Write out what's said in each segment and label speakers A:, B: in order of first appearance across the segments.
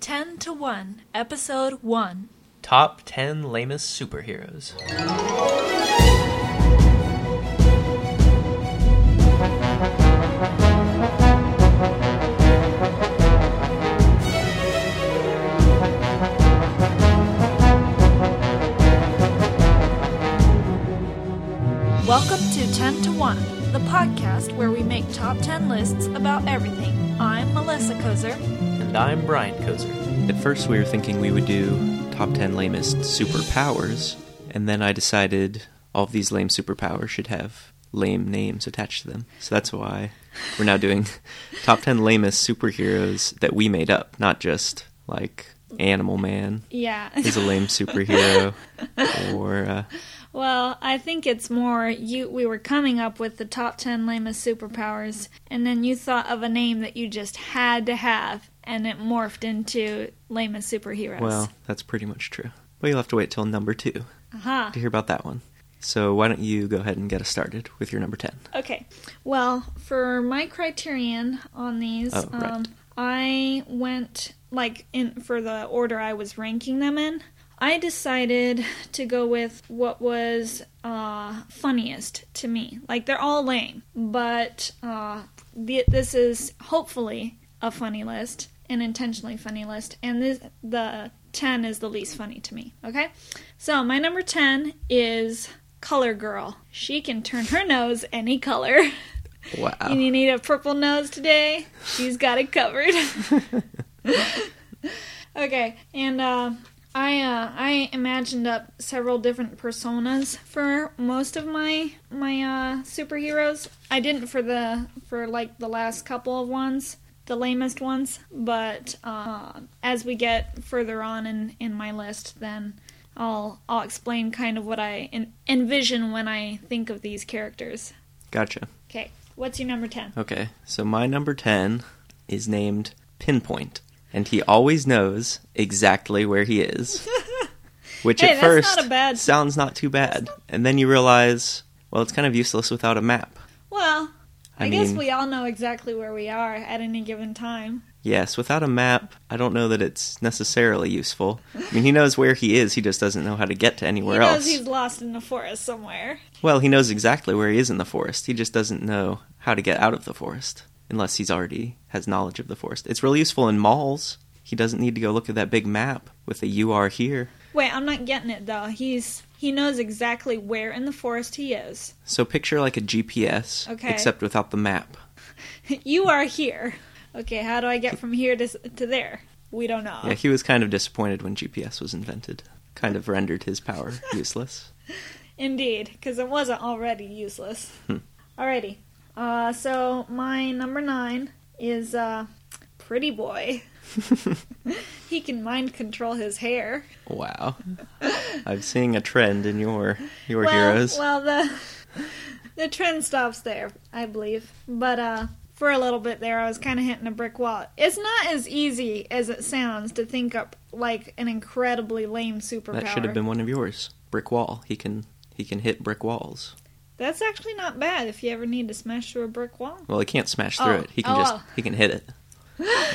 A: 10 to 1, Episode 1.
B: Top 10 Lamest Superheroes.
A: Welcome to 10 to 1, the podcast where we make top 10 lists about everything. I'm Melissa Kozer.
B: And I'm Brian Kozer.
C: At first, we were thinking we would do top 10 lamest superpowers, and then I decided all of these lame superpowers should have lame names attached to them. So that's why we're now doing top 10 lamest superheroes that we made up, not just like Animal Man
D: Yeah.
C: is a lame superhero or uh,
D: well, I think it's more you we were coming up with the top 10 lamest superpowers and then you thought of a name that you just had to have and it morphed into lamest superheroes.
C: well, that's pretty much true. But you'll have to wait till number 2 to
D: Aha.
C: hear about that one. So why don't you go ahead and get us started with your number 10?
D: Okay. Well, for my criterion on these,
C: Oh, right.
D: um, I went like in for the order I was ranking them in. I decided to go with what was uh, funniest to me. Like they're all lame, but uh, th- this is hopefully a funny list, an intentionally funny list, and this the ten is the least funny to me. Okay, so my number ten is Color Girl. She can turn her nose any color.
C: Wow.
D: And you need a purple nose today? She's got it covered. okay, and uh, I uh, I imagined up several different personas for most of my my uh, superheroes. I didn't for the for like the last couple of ones, the lamest ones. But uh, as we get further on in in my list, then. I'll I'll explain kind of what I en- envision when I think of these characters.
C: Gotcha.
D: Okay, what's your number 10?
C: Okay, so my number 10 is named Pinpoint, and he always knows exactly where he is. Which
D: Hey,
C: at
D: that's not
C: first
D: a bad-
C: sounds not too bad. And then you realize, well, it's kind of useless without a map.
D: Well, I,
C: I
D: guess
C: mean-
D: we all know exactly where we are at any given time.
C: Yes, without a map, I don't know that it's necessarily useful. I mean, he knows where he is, he just doesn't know how to get to anywhere
D: he knows
C: else.
D: he's lost in the forest somewhere.
C: Well, he knows exactly where he is in the forest. He just doesn't know how to get out of the forest unless he's already has knowledge of the forest. It's really useful in malls. He doesn't need to go look at that big map with the "you are here."
D: Wait, I'm not getting it though. He's he knows exactly where in the forest he is.
C: So picture like a GPS,
D: Okay.
C: except without the map.
D: you are here. Okay, how do I get from here to s- to there? We don't know.
C: Yeah, he was kind of disappointed when GPS was invented. Kind of rendered his power useless.
D: Indeed, because it wasn't already useless.
C: Hmm.
D: Alrighty. Uh, so my number nine is uh, Pretty Boy. he can mind control his hair.
C: Wow, I'm seeing a trend in your your heroes.
D: Well, the the trend stops there, I believe. But uh, for a little bit there, I was kind of hitting a brick wall. It's not as easy as it sounds to think up like an incredibly lame superpower.
C: that should have been one of yours. Brick wall. He can he can hit brick walls.
D: That's actually not bad if you ever need to smash through a brick wall.
C: Well, he can't smash
D: Oh.
C: through it. He can
D: Oh,
C: just
D: oh.
C: he can hit it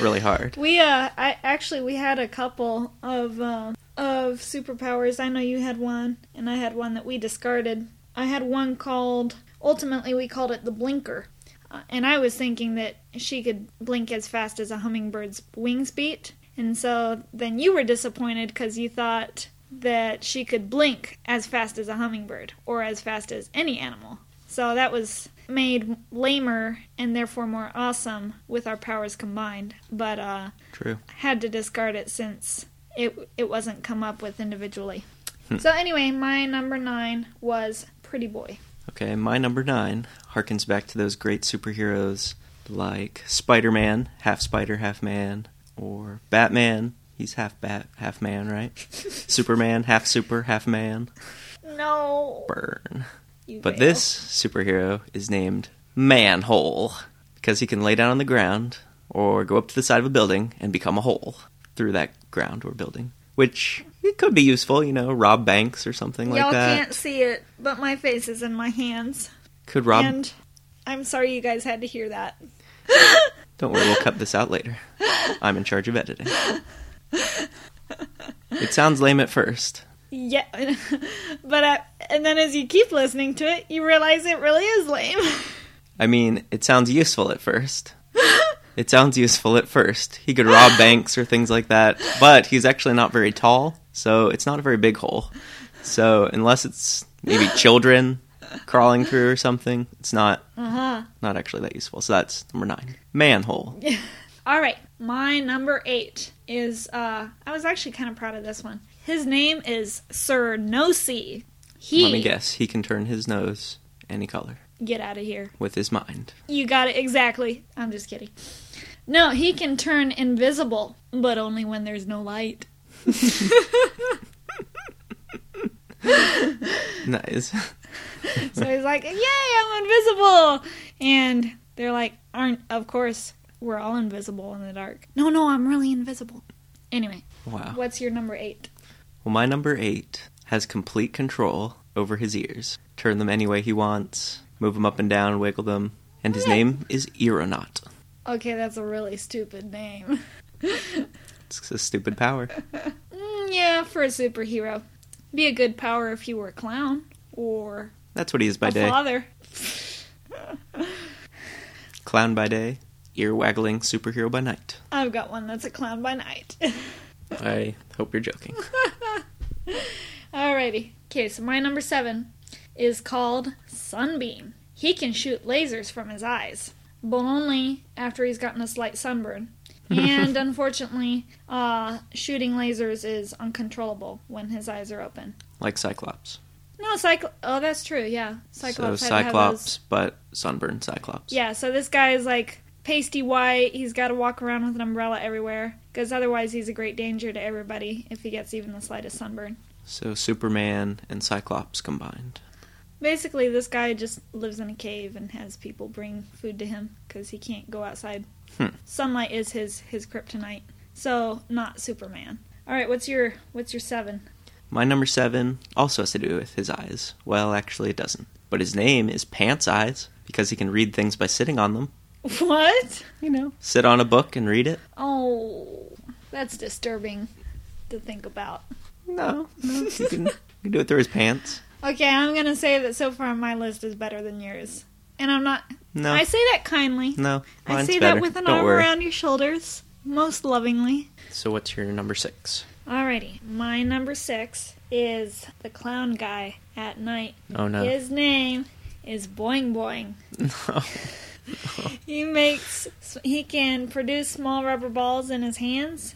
C: really hard.
D: We uh, I actually we had a couple of um of superpowers. I know you had one, and I had one that we discarded. I had one called. Ultimately, we called it the blinker, uh, and I was thinking that she could blink as fast as a hummingbird's wings beat. And so then you were disappointed because you thought that she could blink as fast as a hummingbird or as fast as any animal. So that was made lamer and therefore more awesome with our powers combined. But uh,
C: True.
D: had to discard it since it it wasn't come up with individually.
C: Hmm.
D: So anyway, my number nine was Pretty Boy.
C: Okay, my number nine harkens back to those great superheroes like Spider Man, half spider, half man, or Batman. He's half bat, half man, right? Superman, half super, half man.
D: No,
C: Burn.
D: you
C: But
D: fail.
C: this superhero is named Manhole because he can lay down on the ground or go up to the side of a building and become a hole through that ground or building, which it could be useful, you know, rob banks or something like
D: y'all
C: that.
D: can't see it, but my face is in my hands,
C: Could rob?
D: and I'm sorry you guys had to hear that.
C: Don't worry, we'll cut this out later. I'm in charge of editing. It sounds lame at first.
D: Yeah, but uh, and then as you keep listening to it, you realize it really is lame.
C: I mean, it sounds useful at first. It sounds useful at first. He could rob banks or things like that, but he's actually not very tall, so it's not a very big hole. So unless it's maybe children crawling through or something, it's not
D: Uh-huh.
C: not actually that useful. So that's number nine. Manhole.
D: All right, my number eight is uh, I was actually kind of proud of this one. His name is Sir Nosy. He
C: Let me guess. He can turn his nose any color
D: get out of here.
C: with his mind.
D: You got it exactly. I'm just kidding. No, he can turn invisible, but only when there's no light.
C: Nice.
D: So he's like, "Yay, I'm invisible!" And they're like, "Aren't? Of course, we're all invisible in the dark." No, no, I'm really invisible. Anyway,
C: Wow.
D: what's your number eight?
C: Well, my number eight has complete control over his ears. Turn them any way he wants, move them up and down, wiggle them, and his name is Eronaut.
D: Okay, that's a really stupid name.
C: It's a stupid power.
D: Mm, yeah, for a superhero, be a good power if you were a clown or
C: That's what he is by
D: a
C: day.
D: father.
C: Clown by day, ear waggling superhero by night.
D: I've got one that's a clown by night.
C: I hope you're joking.
D: Alrighty. Okay, so my number seven is called Sunbeam. He can shoot lasers from his eyes, but only after he's gotten a slight sunburn. And unfortunately, uh, shooting lasers is uncontrollable when his eyes are open.
C: Like Cyclops.
D: No, Cyclops. Oh, that's true. Yeah, Cyclops.
C: so
D: had to have
C: Cyclops,
D: those-
C: but sunburned Cyclops.
D: Yeah. So this guy is like pasty white. He's got to walk around with an umbrella everywhere because otherwise, he's a great danger to everybody if he gets even the slightest sunburn.
C: So Superman and Cyclops combined.
D: Basically, this guy just lives in a cave and has people bring food to him because he can't go outside.
C: Hmm.
D: Sunlight is his his kryptonite, so not Superman. All right, what's your what's your seven?
C: My number seven also has to do with his eyes. Well, actually, it doesn't. But his name is Pants Eyes because he can read things by sitting on them.
D: What?
C: You know, sit on a book and read it.
D: Oh, that's disturbing to think about.
C: No, no, you can, you can do it through his pants.
D: Okay, I'm gonna say that so far my list is better than yours, and I'm not.
C: No,
D: I say that kindly.
C: no,
D: I
C: mine's
D: say
C: better.
D: that with an
C: Don't
D: arm
C: worry.
D: around your shoulders, most lovingly.
C: So, what's your number six?
D: Alrighty, my number six is the clown guy at night.
C: Oh no,
D: His name is Boing Boing.
C: no.
D: He makes he can produce small rubber balls in his hands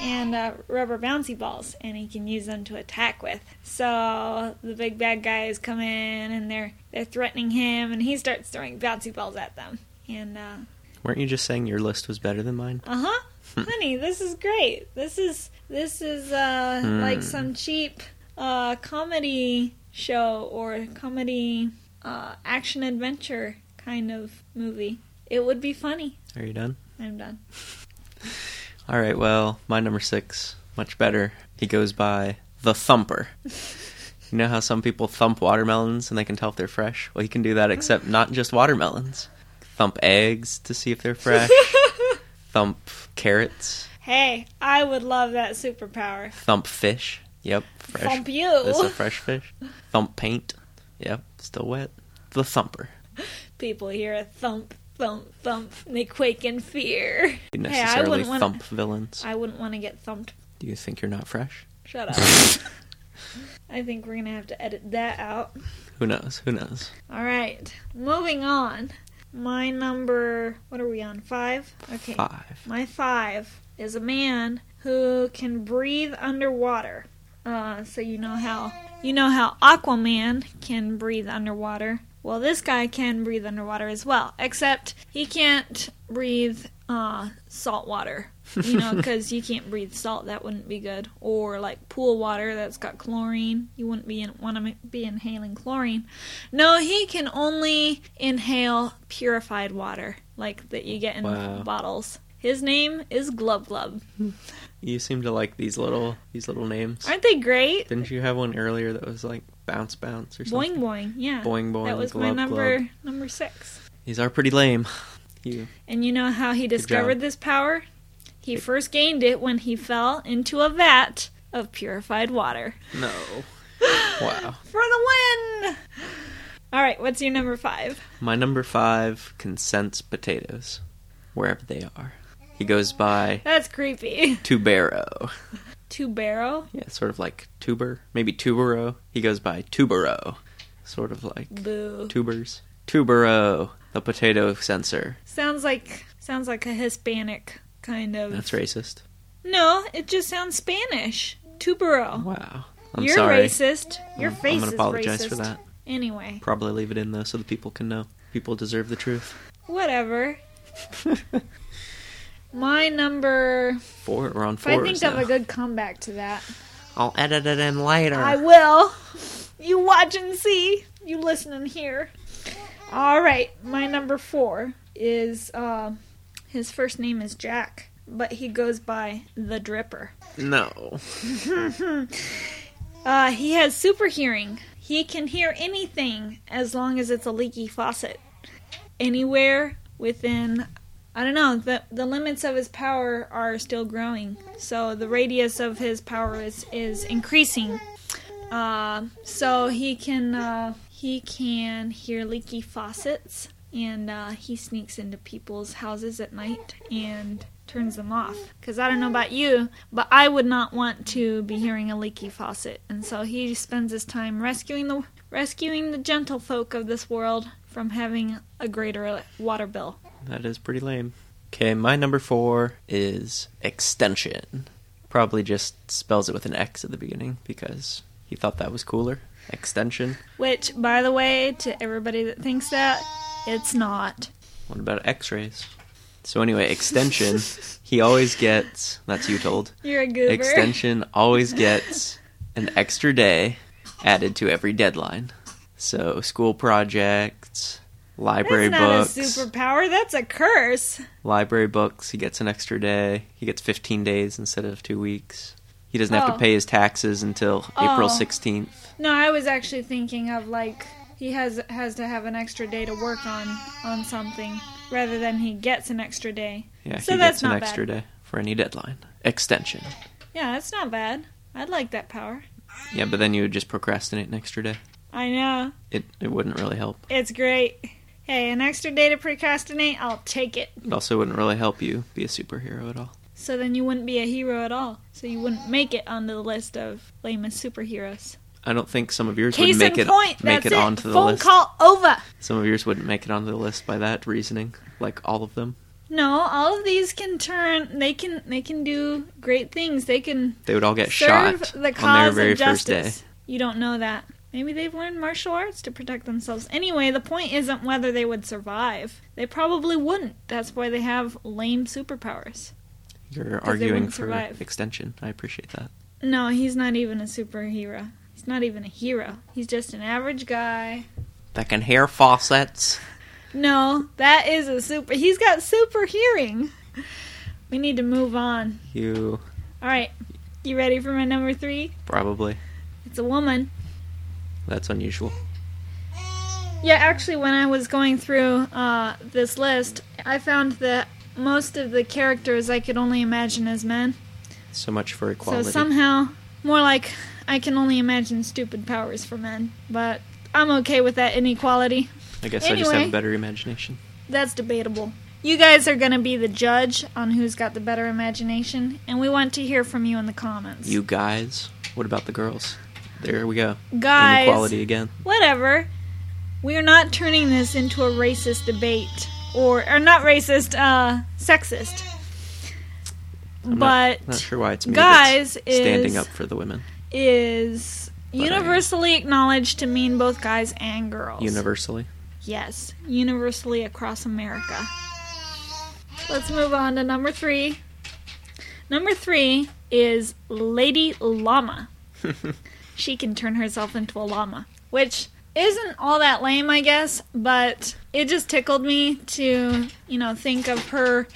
D: and uh, rubber bouncy balls, and he can use them to attack with. So the big bad guys come in and they're they're threatening him, and he starts throwing bouncy balls at them. And uh
C: Weren't you just saying your list was better than mine?
D: huh, Uh-huh. honey, this is great. This is this is uh
C: Hmm.
D: like some cheap uh comedy show or comedy uh action adventure kind of movie. It would be funny.
C: Are you done?
D: I'm done.
C: All right. Well, my number six, much better. He goes by the Thumper. you know how some people thump watermelons and they can tell if they're fresh. Well, he can do that, except not just watermelons. Thump eggs to see if they're fresh. thump carrots.
D: Hey, I would love that superpower.
C: Thump fish. Yep, fresh.
D: Thump you.
C: This is a fresh fish. Thump paint. Yep, still wet. The Thumper.
D: People hear a thump, thump, thump, and they quake in fear.
C: You
D: Hey, I
C: necessarily
D: wouldn't wanna-
C: thump villains.
D: I wouldn't want to get thumped.
C: Do you think you're not fresh?
D: Shut up. I think we're gonna have to edit that out.
C: Who knows? Who knows?
D: All right, moving on. My number, what are we on? Five? Okay.
C: Five.
D: My five is a man who can breathe underwater. Uh, so you know how you know how Aquaman can breathe underwater. Well, this guy can breathe underwater as well, except he can't breathe uh, salt water. You know, because you can't breathe salt, that wouldn't be good. Or like pool water that's got chlorine, you wouldn't be in, want to be inhaling chlorine. No, he can only inhale purified water, like that you get in
C: Wow.
D: bottles. His name is Glub Glub.
C: You seem to like these little these little names.
D: Aren't they great?
C: Didn't you have one earlier that was like bounce bounce or something?
D: Boing boing, yeah.
C: Boing boing.
D: that was
C: glove,
D: my number
C: glove.
D: number six.
C: These are pretty lame. You
D: And you know how he
C: job.
D: discovered this power? He first gained it when he fell into a vat of purified water.
C: No. Wow.
D: For the win! All right, what's your number five?
C: My number five consents potatoes, wherever they are. He goes by
D: That's creepy.
C: Tubero.
D: Two barrow?
C: Yeah, sort of like tuber, maybe tubero. He goes by tubero, sort of like
D: Boo.
C: tubers. Tubero, the potato sensor.
D: Sounds like sounds like a Hispanic kind of.
C: That's racist.
D: No, it just sounds Spanish. Tubero.
C: Wow. I'm
D: You're
C: sorry.
D: racist. Your
C: I'm- I'm
D: face
C: gonna
D: is
C: apologize
D: racist.
C: for that.
D: Anyway,
C: Probably leave it in though, so the people can know. People deserve the truth.
D: whatever. My number.
C: Four. We're on
D: If I
C: four.
D: think of a good comeback to that,
C: I'll edit it in later.
D: I will. You watch and see. You listen and hear. All right, my number four is uh, his first name is Jack, but he goes by the Dripper.
C: No.
D: Uh, he has super hearing. He can hear anything as long as it's a leaky faucet. Anywhere within, I don't know, the, the limits of his power are still growing. So the radius of his power is, is increasing. Uh, so he can uh, he can hear leaky faucets, and uh, he sneaks into people's houses at night and turns them off. Because I don't know about you, but I would not want to be hearing a leaky faucet. And so he spends his time rescuing the rescuing the gentlefolk of this world from having a greater water bill.
C: That is pretty lame. Okay, my number four is extension. Probably just spells it with an X at the beginning because he thought that was cooler. Extension.
D: Which, by the way, to everybody that thinks that, it's not.
C: What about X-rays? So anyway, extension. he always gets. That's you told.
D: You're a goober.
C: Extension always gets an extra day added to every deadline. So school projects, library
D: That's not
C: books,
D: a superpower. That's a curse.
C: library books. He gets an extra day. He gets 15 days instead of two weeks. He doesn't have
D: Oh.
C: to pay his taxes until April
D: Oh.
C: 16th.
D: No, I was actually thinking of like he has has to have an extra day to work on on something rather than he gets an extra day.
C: Yeah,
D: So
C: he
D: that's
C: gets an
D: not bad.
C: extra day for any deadline. Extension.
D: Yeah, that's not bad. I'd like that power.
C: Yeah, but then you would just procrastinate an extra day.
D: I know.
C: It it wouldn't really help.
D: It's great. Hey, an extra day to procrastinate, I'll take it.
C: It also wouldn't really help you be a superhero at all.
D: So then you wouldn't be a hero at all. So you wouldn't make it onto the list of lamest superheroes.
C: I don't think some of yours
D: Case
C: would make
D: in
C: it
D: point,
C: make
D: that's
C: it onto the
D: Phone
C: list.
D: call over.
C: Some of yours wouldn't make it onto the list by that reasoning, like all of them.
D: No, all of these can turn. They can. They can do great things. They can
C: They would all get
D: serve
C: shot
D: the
C: on their
D: cause
C: very
D: of
C: first
D: justice.
C: day.
D: You don't know that. Maybe they've learned martial arts to protect themselves. Anyway, the point isn't whether they would survive. They probably wouldn't. That's why they have lame superpowers.
C: You're
D: they
C: arguing
D: wouldn't
C: for
D: survive.
C: extension. I appreciate that.
D: No, he's not even a superhero. He's not even a hero. He's just an average guy.
C: That can hear faucets.
D: No, that is a super. He's got super hearing. We need to move on.
C: You
D: All right. You ready for my number three?
C: probably.
D: It's a woman.
C: That's unusual.
D: Yeah, actually, when I was going through uh, this list, I found that most of the characters I could only imagine as men.
C: So much for equality.
D: So somehow, more like I can only imagine stupid powers for men, but I'm okay with that inequality.
C: I guess I just have
D: anyway.
C: a better imagination.
D: That's debatable. You guys are going to be the judge on who's got the better imagination, and we want to hear from you in the comments.
C: You guys. What about the girls? There we go.
D: guys,
C: Inequality again.
D: whatever. We are not turning this into a racist debate or or not racist, uh, sexist.
C: I'm not-
D: but
C: not, sure why it's me
D: guys
C: that's standing
D: is-
C: up for the women.
D: is
C: I am.
D: universally acknowledged to mean both guys and girls.
C: Universally.
D: yes, universally across America. Let's move on to number three. Number three is Lady Llama. she can turn herself into a llama, which isn't all that lame, I guess, but it just tickled me to, you know, think of her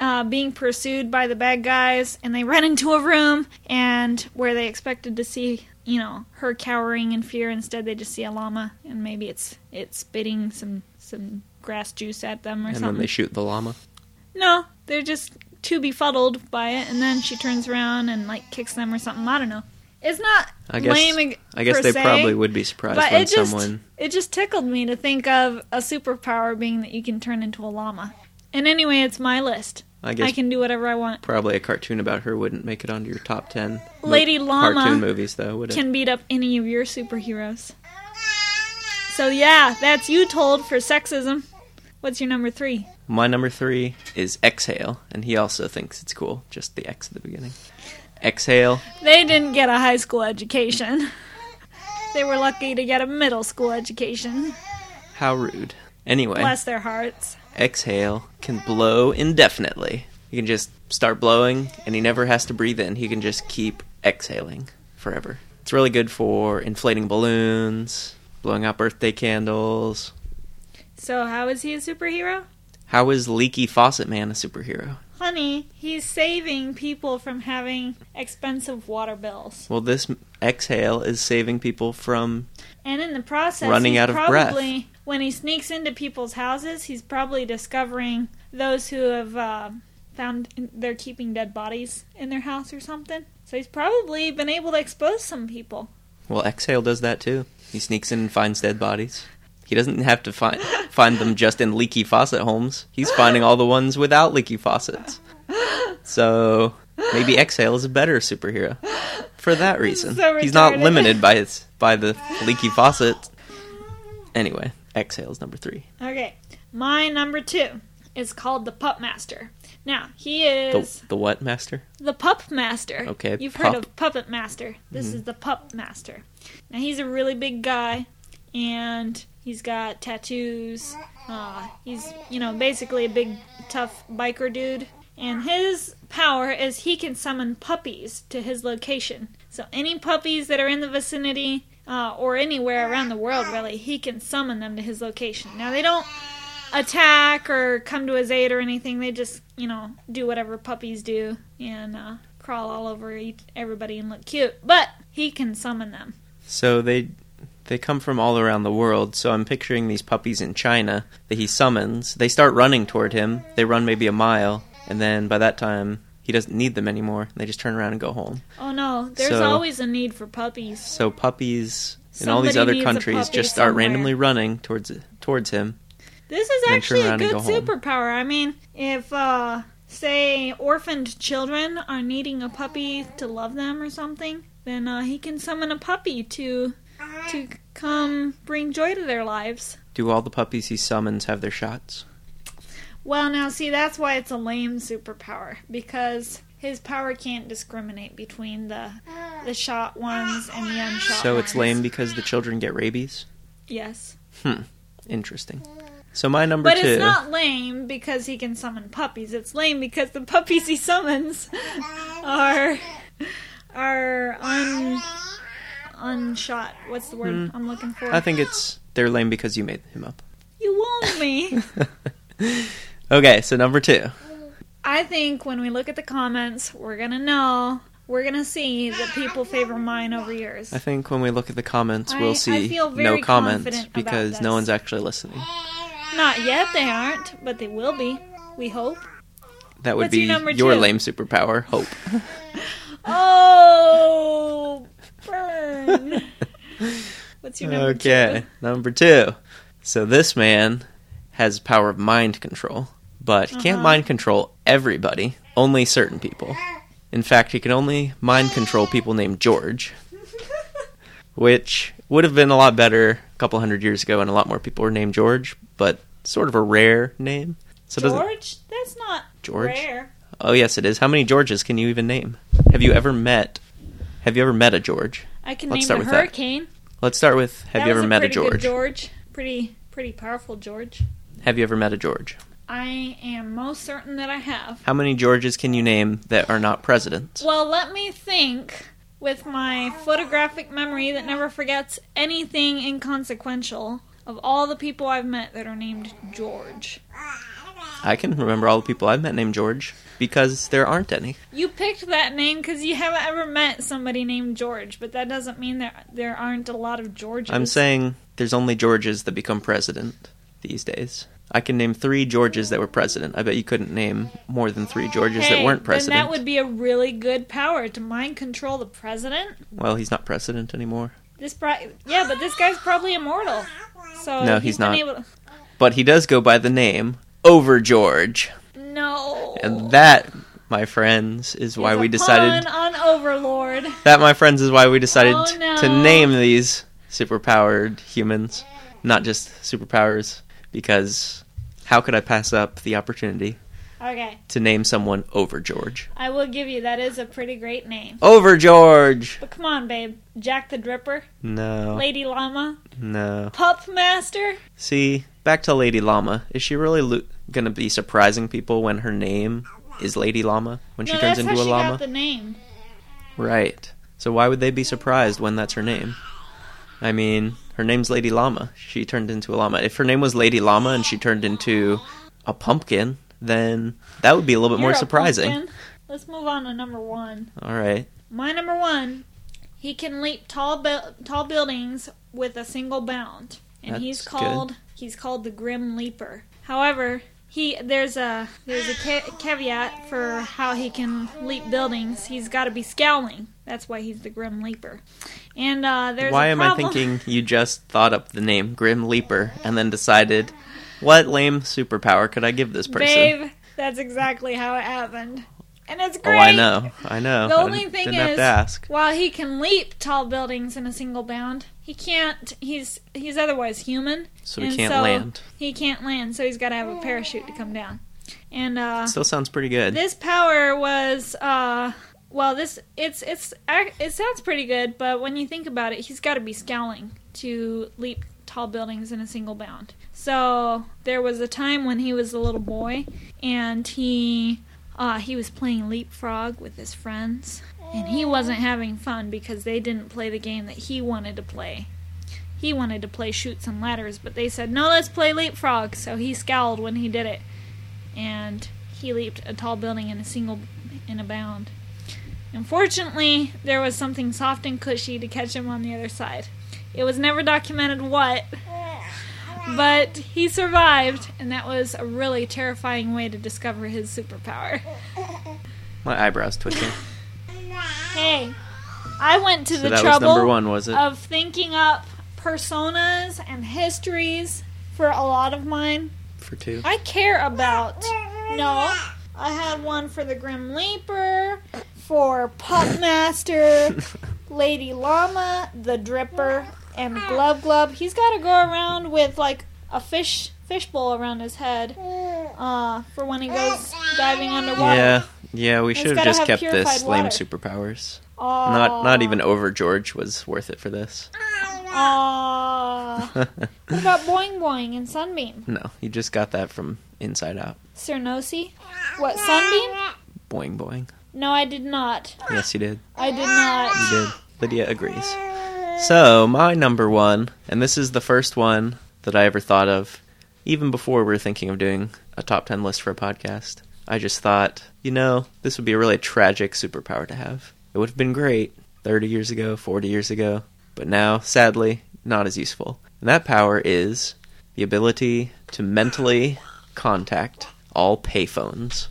D: uh, being pursued by the bad guys and they run into a room and where they expected to see, you know, her cowering in fear, instead they just see a llama and maybe it's it's spitting some some grass juice at them or
C: And
D: something.
C: then they shoot the llama.
D: No, they're just too befuddled by it, and then she turns around and like kicks them or something. I don't know. It's not
C: I guess
D: lame. ag-
C: I guess
D: per
C: they
D: se,
C: probably would be surprised
D: but
C: when
D: it just
C: someone
D: it just tickled me to think of a superpower being that you can turn into a llama. And anyway, it's my list.
C: I guess
D: I can do whatever I want.
C: probably a cartoon about her wouldn't make it onto your top ten. mo-
D: Lady Llama
C: cartoon movies though, would it?
D: Can beat up any of your superheroes. So yeah, that's you told for sexism. What's your number three?
C: My number three is Exhale, and he also thinks it's cool. Just the X at the beginning. Exhale.
D: They didn't get a high school education. They were lucky to get a middle school education.
C: How rude. Anyway,
D: Bless their hearts.
C: exhale can blow indefinitely. He can just start blowing, and he never has to breathe in. He can just keep exhaling forever. It's really good for inflating balloons, blowing out birthday candles.
D: So how is he a superhero?
C: How is Leaky Faucet Man a superhero?
D: Honey, he's saving people from having expensive water bills.
C: Well, this m- exhale is saving people from.
D: And in the process,
C: Running
D: he's
C: out of breath.
D: probably, when he sneaks into people's houses, he's probably discovering those who have uh, found they're keeping dead bodies in their house or something. So he's probably been able to expose some people.
C: Well, exhale does that too. He sneaks in and finds dead bodies. He doesn't have to find find them just in leaky faucet homes. He's finding all the ones without leaky faucets. So maybe exhale is a better superhero for that reason.
D: So
C: He's not
D: retarded.
C: limited by his by the leaky faucet. Anyway, exhale is number three.
D: Okay, my number two is called the Pup Master. Now he is
C: The the what master?
D: the Pup Master.
C: Okay,
D: You've
C: pup. Mm-hmm.
D: heard of Puppet Master. This is the Pup Master. Now, he's a really big guy, and he's got tattoos. Uh, he's, you know, basically a big, tough biker dude. And his power is he can summon puppies to his location. So, any puppies that are in the vicinity uh, or anywhere around the world, really, he can summon them to his location. Now, they don't attack or come to his aid or anything. They just, you know, do whatever puppies do and uh, crawl all over each, everybody and look cute. But he can summon them.
C: So they they come from all around the world. So I'm picturing these puppies in China that he summons. They start running toward him. They run maybe a mile, and then by that time he doesn't need them anymore. They just turn around and go home.
D: Oh no, there's
C: So-
D: always a need for puppies.
C: So puppies in all these
D: Somebody
C: other
D: needs a
C: countries
D: puppy
C: just start
D: somewhere.
C: randomly running towards towards him.
D: This is
C: Then
D: actually
C: turn
D: a
C: around and
D: good
C: go home.
D: superpower. I mean, if uh say orphaned children are needing a puppy to love them or something, then uh, he can summon a puppy to to come bring joy to their lives.
C: Do all the puppies he summons have their shots?
D: Well, now see, that's why it's a lame superpower because his power can't discriminate between the the shot ones and the unshot.
C: So it's
D: ones.
C: lame because the children get rabies.
D: Yes,
C: Interesting. So my number
D: but
C: two.
D: it's not lame because he can summon puppies. It's lame because the puppies he summons are are un unshot. What's the word I'm looking for?
C: Hmm. I think it's they're lame because you made him up.
D: you won't me.
C: Okay, so number two.
D: I think when we look at the comments, we're gonna know. We're gonna see that people favor mine over yours.
C: I think when we look at the comments,
D: I- I
C: we'll see
D: feel
C: no
D: very
C: comments
D: confident about
C: because
D: this.
C: no one's actually listening.
D: Not yet, they aren't, but they will be. We hope.
C: That would
D: What's your
C: be
D: number
C: your
D: two?
C: lame superpower, hope.
D: Oh, burn! What's your number?
C: okay, number two. So this man has power of mind control, but he
D: Uh-huh.
C: can't mind control everybody, only certain people. In fact, he can only mind control people named George, which would have been a lot better a couple hundred years ago, and a lot more people were named George, but sort of a rare name. So it doesn't
D: George? That's not
C: George?
D: rare.
C: Oh yes, it is. How many Georges can you even name? Have you ever met? Have you ever met a George?
D: I can
C: Let's
D: name
C: start
D: a
C: with that.
D: hurricane.
C: Let's start with Have
D: That
C: you ever
D: was
C: met a
D: pretty good
C: George?
D: George, pretty pretty powerful George.
C: Have you ever met a George?
D: I am most certain that I have.
C: How many Georges can you name that are not presidents?
D: Well, let me think. With my photographic memory that never forgets anything inconsequential, of all the people I've met that are named George.
C: I can remember all the people I've met named George because there aren't any.
D: You picked that name because you haven't ever met somebody named George, but that doesn't mean that there aren't a lot of Georges.
C: I'm saying there's only Georges that become president these days. I can name three Georges that were president. I bet you couldn't name more than three Georges that
D: Hey,
C: weren't
D: Then
C: president.
D: that would be a really good power to mind control the president.
C: Well, he's not president anymore.
D: This pri- yeah, but this guy's probably immortal. So
C: No,
D: if
C: he's
D: been
C: not.
D: Able-
C: But he does go by the name Over George.
D: no.
C: And that, my friends, is why
D: It's
C: we
D: a
C: decided
D: pun on Overlord.
C: that my friends is why we decided
D: Oh,
C: t- to
D: no.
C: name these superpowered humans, not just superpowers, because how could I pass up the opportunity
D: Okay,
C: to name someone Over George?
D: I will give you that is a pretty great name.
C: Over George.
D: But come on, babe. Jack the Dripper,
C: No.
D: Lady Llama,
C: No.
D: Pup Master.
C: See, back to Lady Llama. Is she really lo- going to be surprising people when her name is Lady Llama when she
D: no,
C: turns
D: that's
C: into
D: how
C: a
D: she
C: llama?
D: got the name.
C: Right. So why would they be surprised when that's her name? I mean, her name's Lady Llama. She turned into a llama. If her name was Lady Llama and she turned into a pumpkin, then that would be a little bit
D: You're
C: more
D: a
C: surprising.
D: pumpkin. Let's move on to number one.
C: All right.
D: My number one, he can leap tall bu- tall buildings with a single bound, and he's
C: That's
D: called he's called the Grim Leaper. However, he there's a there's a ca- caveat for how he can leap buildings. He's got to be scowling. That's why he's the Grim Leaper. And uh, there's
C: why
D: a
C: am I
D: problem-
C: thinking you just thought up the name Grim Leaper and then decided what lame superpower could I give this person?
D: babe? That's exactly how it happened, and it's
C: oh,
D: great.
C: I know. I know.
D: The
C: I
D: only
C: didn't-
D: thing
C: didn't have
D: is,
C: to ask.
D: while he can leap tall buildings in a single bound, he can't. He's he's otherwise human,
C: So we
D: and
C: can't
D: so-
C: land.
D: He can't land, so he's got to have a parachute to come down. And uh,
C: Still sounds pretty good.
D: this power was uh, well, this it's it's ac- it sounds pretty good, but when you think about it, he's got to be scowling to leap tall buildings in a single bound. So there was a time when he was a little boy, and he uh, he was playing leapfrog with his friends, and he wasn't having fun because they didn't play the game that he wanted to play. He wanted to play shoots and ladders, but they said, no, let's play leapfrog. So he scowled when he did it, and he leaped a tall building in a single in a bound. Unfortunately, there was something soft and cushy to catch him on the other side. It was never documented what, but he survived, and that was a really terrifying way to discover his superpower.
C: My eyebrows twitching.
D: Hey, I went to
C: so
D: the
C: that was
D: trouble
C: number one, was it?
D: of thinking up personas and histories for a lot of mine.
C: For two.
D: I care about. No, I had one for the Grim Leaper, for Pup Master, Lady Llama, the Dripper, and Glub Glub. He's got to go around with like a fish fishbowl around his head uh, for when he goes diving underwater.
C: Yeah, yeah. We
D: It's
C: should have
D: gotta
C: just
D: have
C: kept
D: purified
C: this lame
D: water.
C: superpowers.
D: Aw,
C: Not not even over George was worth it for this.
D: Uh, aw. what about Boing Boing and Sunbeam?
C: no, you just got that from Inside Out.
D: Cernosi? What, Sunbeam?
C: Boing boing.
D: No, I did not.
C: Yes, you did.
D: I did not.
C: You did. Lydia agrees. So my number one, and this is the first one that I ever thought of, even before we were thinking of doing a top ten list for a podcast. I just thought, you know, this would be a really tragic superpower to have. It would have been great thirty years ago, forty years ago, but now, sadly, not as useful. And that power is the ability to mentally contact all payphones.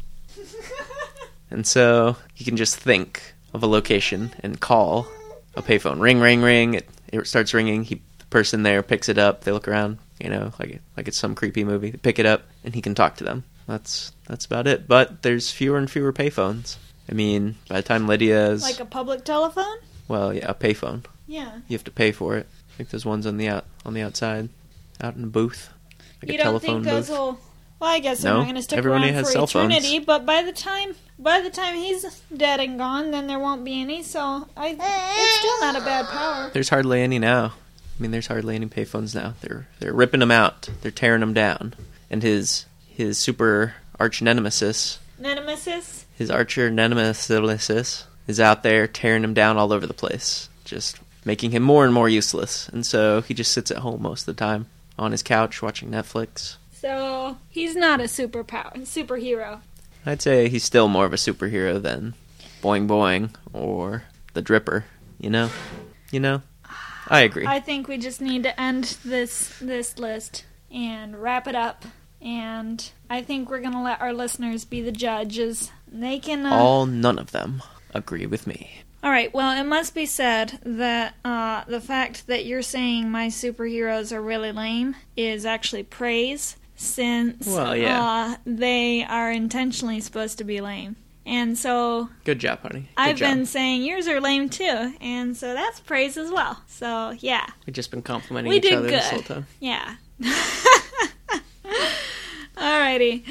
C: And so you can just think of a location and call a payphone. Ring, ring, ring. It, it starts ringing. He, the person there picks it up. They look around, you know, like it, like it's some creepy movie. They pick it up and he can talk to them. That's that's about it. But there's fewer and fewer payphones. I mean, by the time Lydia's
D: Like a public telephone?
C: well, yeah, a payphone.
D: Yeah.
C: You have to pay for it. I think there's ones on the out on the outside, out in the booth, like
D: you
C: a
D: don't
C: telephone
D: think those
C: booth.
D: will? Well, I guess they're
C: No,
D: not going to stick
C: everybody
D: around
C: has
D: for
C: cell phones.
D: eternity. But by the time by the time he's dead and gone, then there won't be any. So I, it's still not a bad power.
C: There's hardly any now. I mean, there's hardly any payphones now. They're they're ripping them out. They're tearing them down. And his his super arch nemesis,
D: Nemesis.
C: his archer nemesis, is out there tearing them down all over the place, just making him more and more useless. And so he just sits at home most of the time on his couch watching Netflix.
D: So he's not a superpower superhero.
C: I'd say he's still more of a superhero than Boing Boing or the Dripper. You know, you know. I agree.
D: I think we just need to end this this list and wrap it up. and I think we're gonna let our listeners be the judges. They can. Uh,
C: All none of them agree with me.
D: all right. Well, it must be said that uh, the fact that you're saying my superheroes are really lame is actually praise, since
C: Well, yeah.
D: uh, they are intentionally supposed to be lame. And so
C: Good job, honey. Good
D: I've
C: job.
D: been saying yours are lame too, and so that's praise as well. So yeah,
C: We've just been complimenting
D: we
C: each
D: did
C: other
D: good.
C: this whole time.
D: Yeah. Alrighty.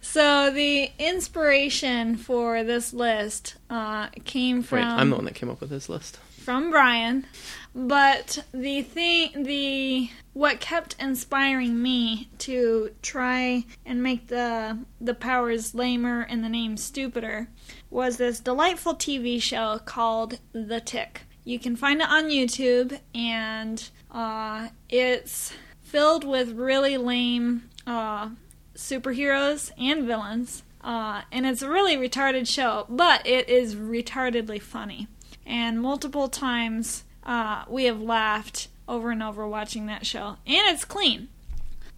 D: So the inspiration for this list uh, came from
C: Wait, I'm the one that came up with this list.
D: from Brian, but the thing the what kept inspiring me to try and make the the powers lamer and the name stupider was this delightful TV show called The Tick. You can find it on YouTube, and uh, it's filled with really lame uh, superheroes and villains. Uh, and it's a really retarded show, but it is retardedly funny and multiple times uh, we have laughed over and over watching that show. And it's clean.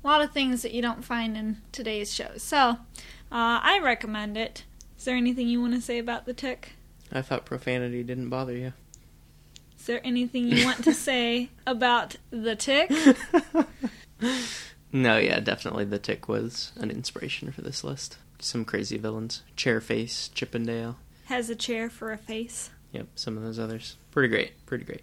D: A lot of things that you don't find in today's shows. So uh, I recommend it. Is there anything you want to say about the tick?
C: I thought profanity didn't bother you.
D: Is there anything you want to say about the tick?
C: No, yeah, definitely the tick was an inspiration for this list. Some crazy villains. Chairface, Chippendale.
D: Has a chair for a face.
C: Yep, some of those others. Pretty great. Pretty great.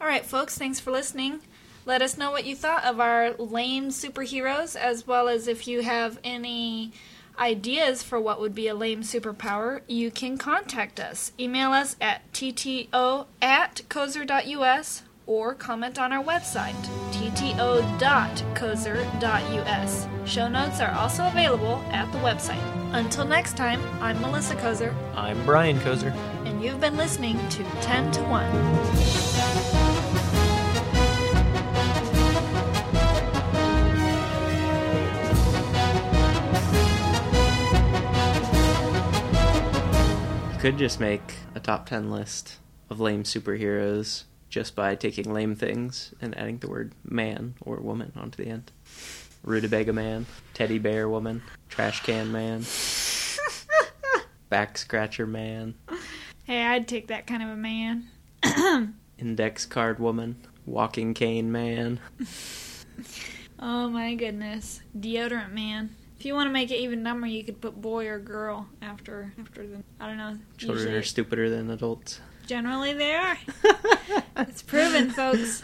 A: All right, folks, thanks for listening. Let us know what you thought of our lame superheroes, as well as if you have any ideas for what would be a lame superpower, you can contact us. Email us at tto at cozer.us or comment on our website, tto.cozer.us. Show notes are also available at the website. Until next time, I'm Melissa Kozer,
B: I'm Brian Kozer.
A: and you've been listening to 10 to 1.
C: You could just make a top 10 list of lame superheroes just by taking lame things and adding the word man or woman onto the end. Rutabaga man, teddy bear woman, trash can man, back scratcher man,
D: Hey, I'd take that kind of a man.
C: index card woman, walking cane man.
D: Oh my goodness. Deodorant man. If you want to make it even dumber, you could put boy or girl after after the I don't know.
C: Children
D: usually-
C: are stupider than adults.
D: Generally, they are. it's proven, folks.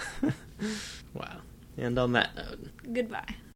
C: Wow. And on that note,
D: Goodbye.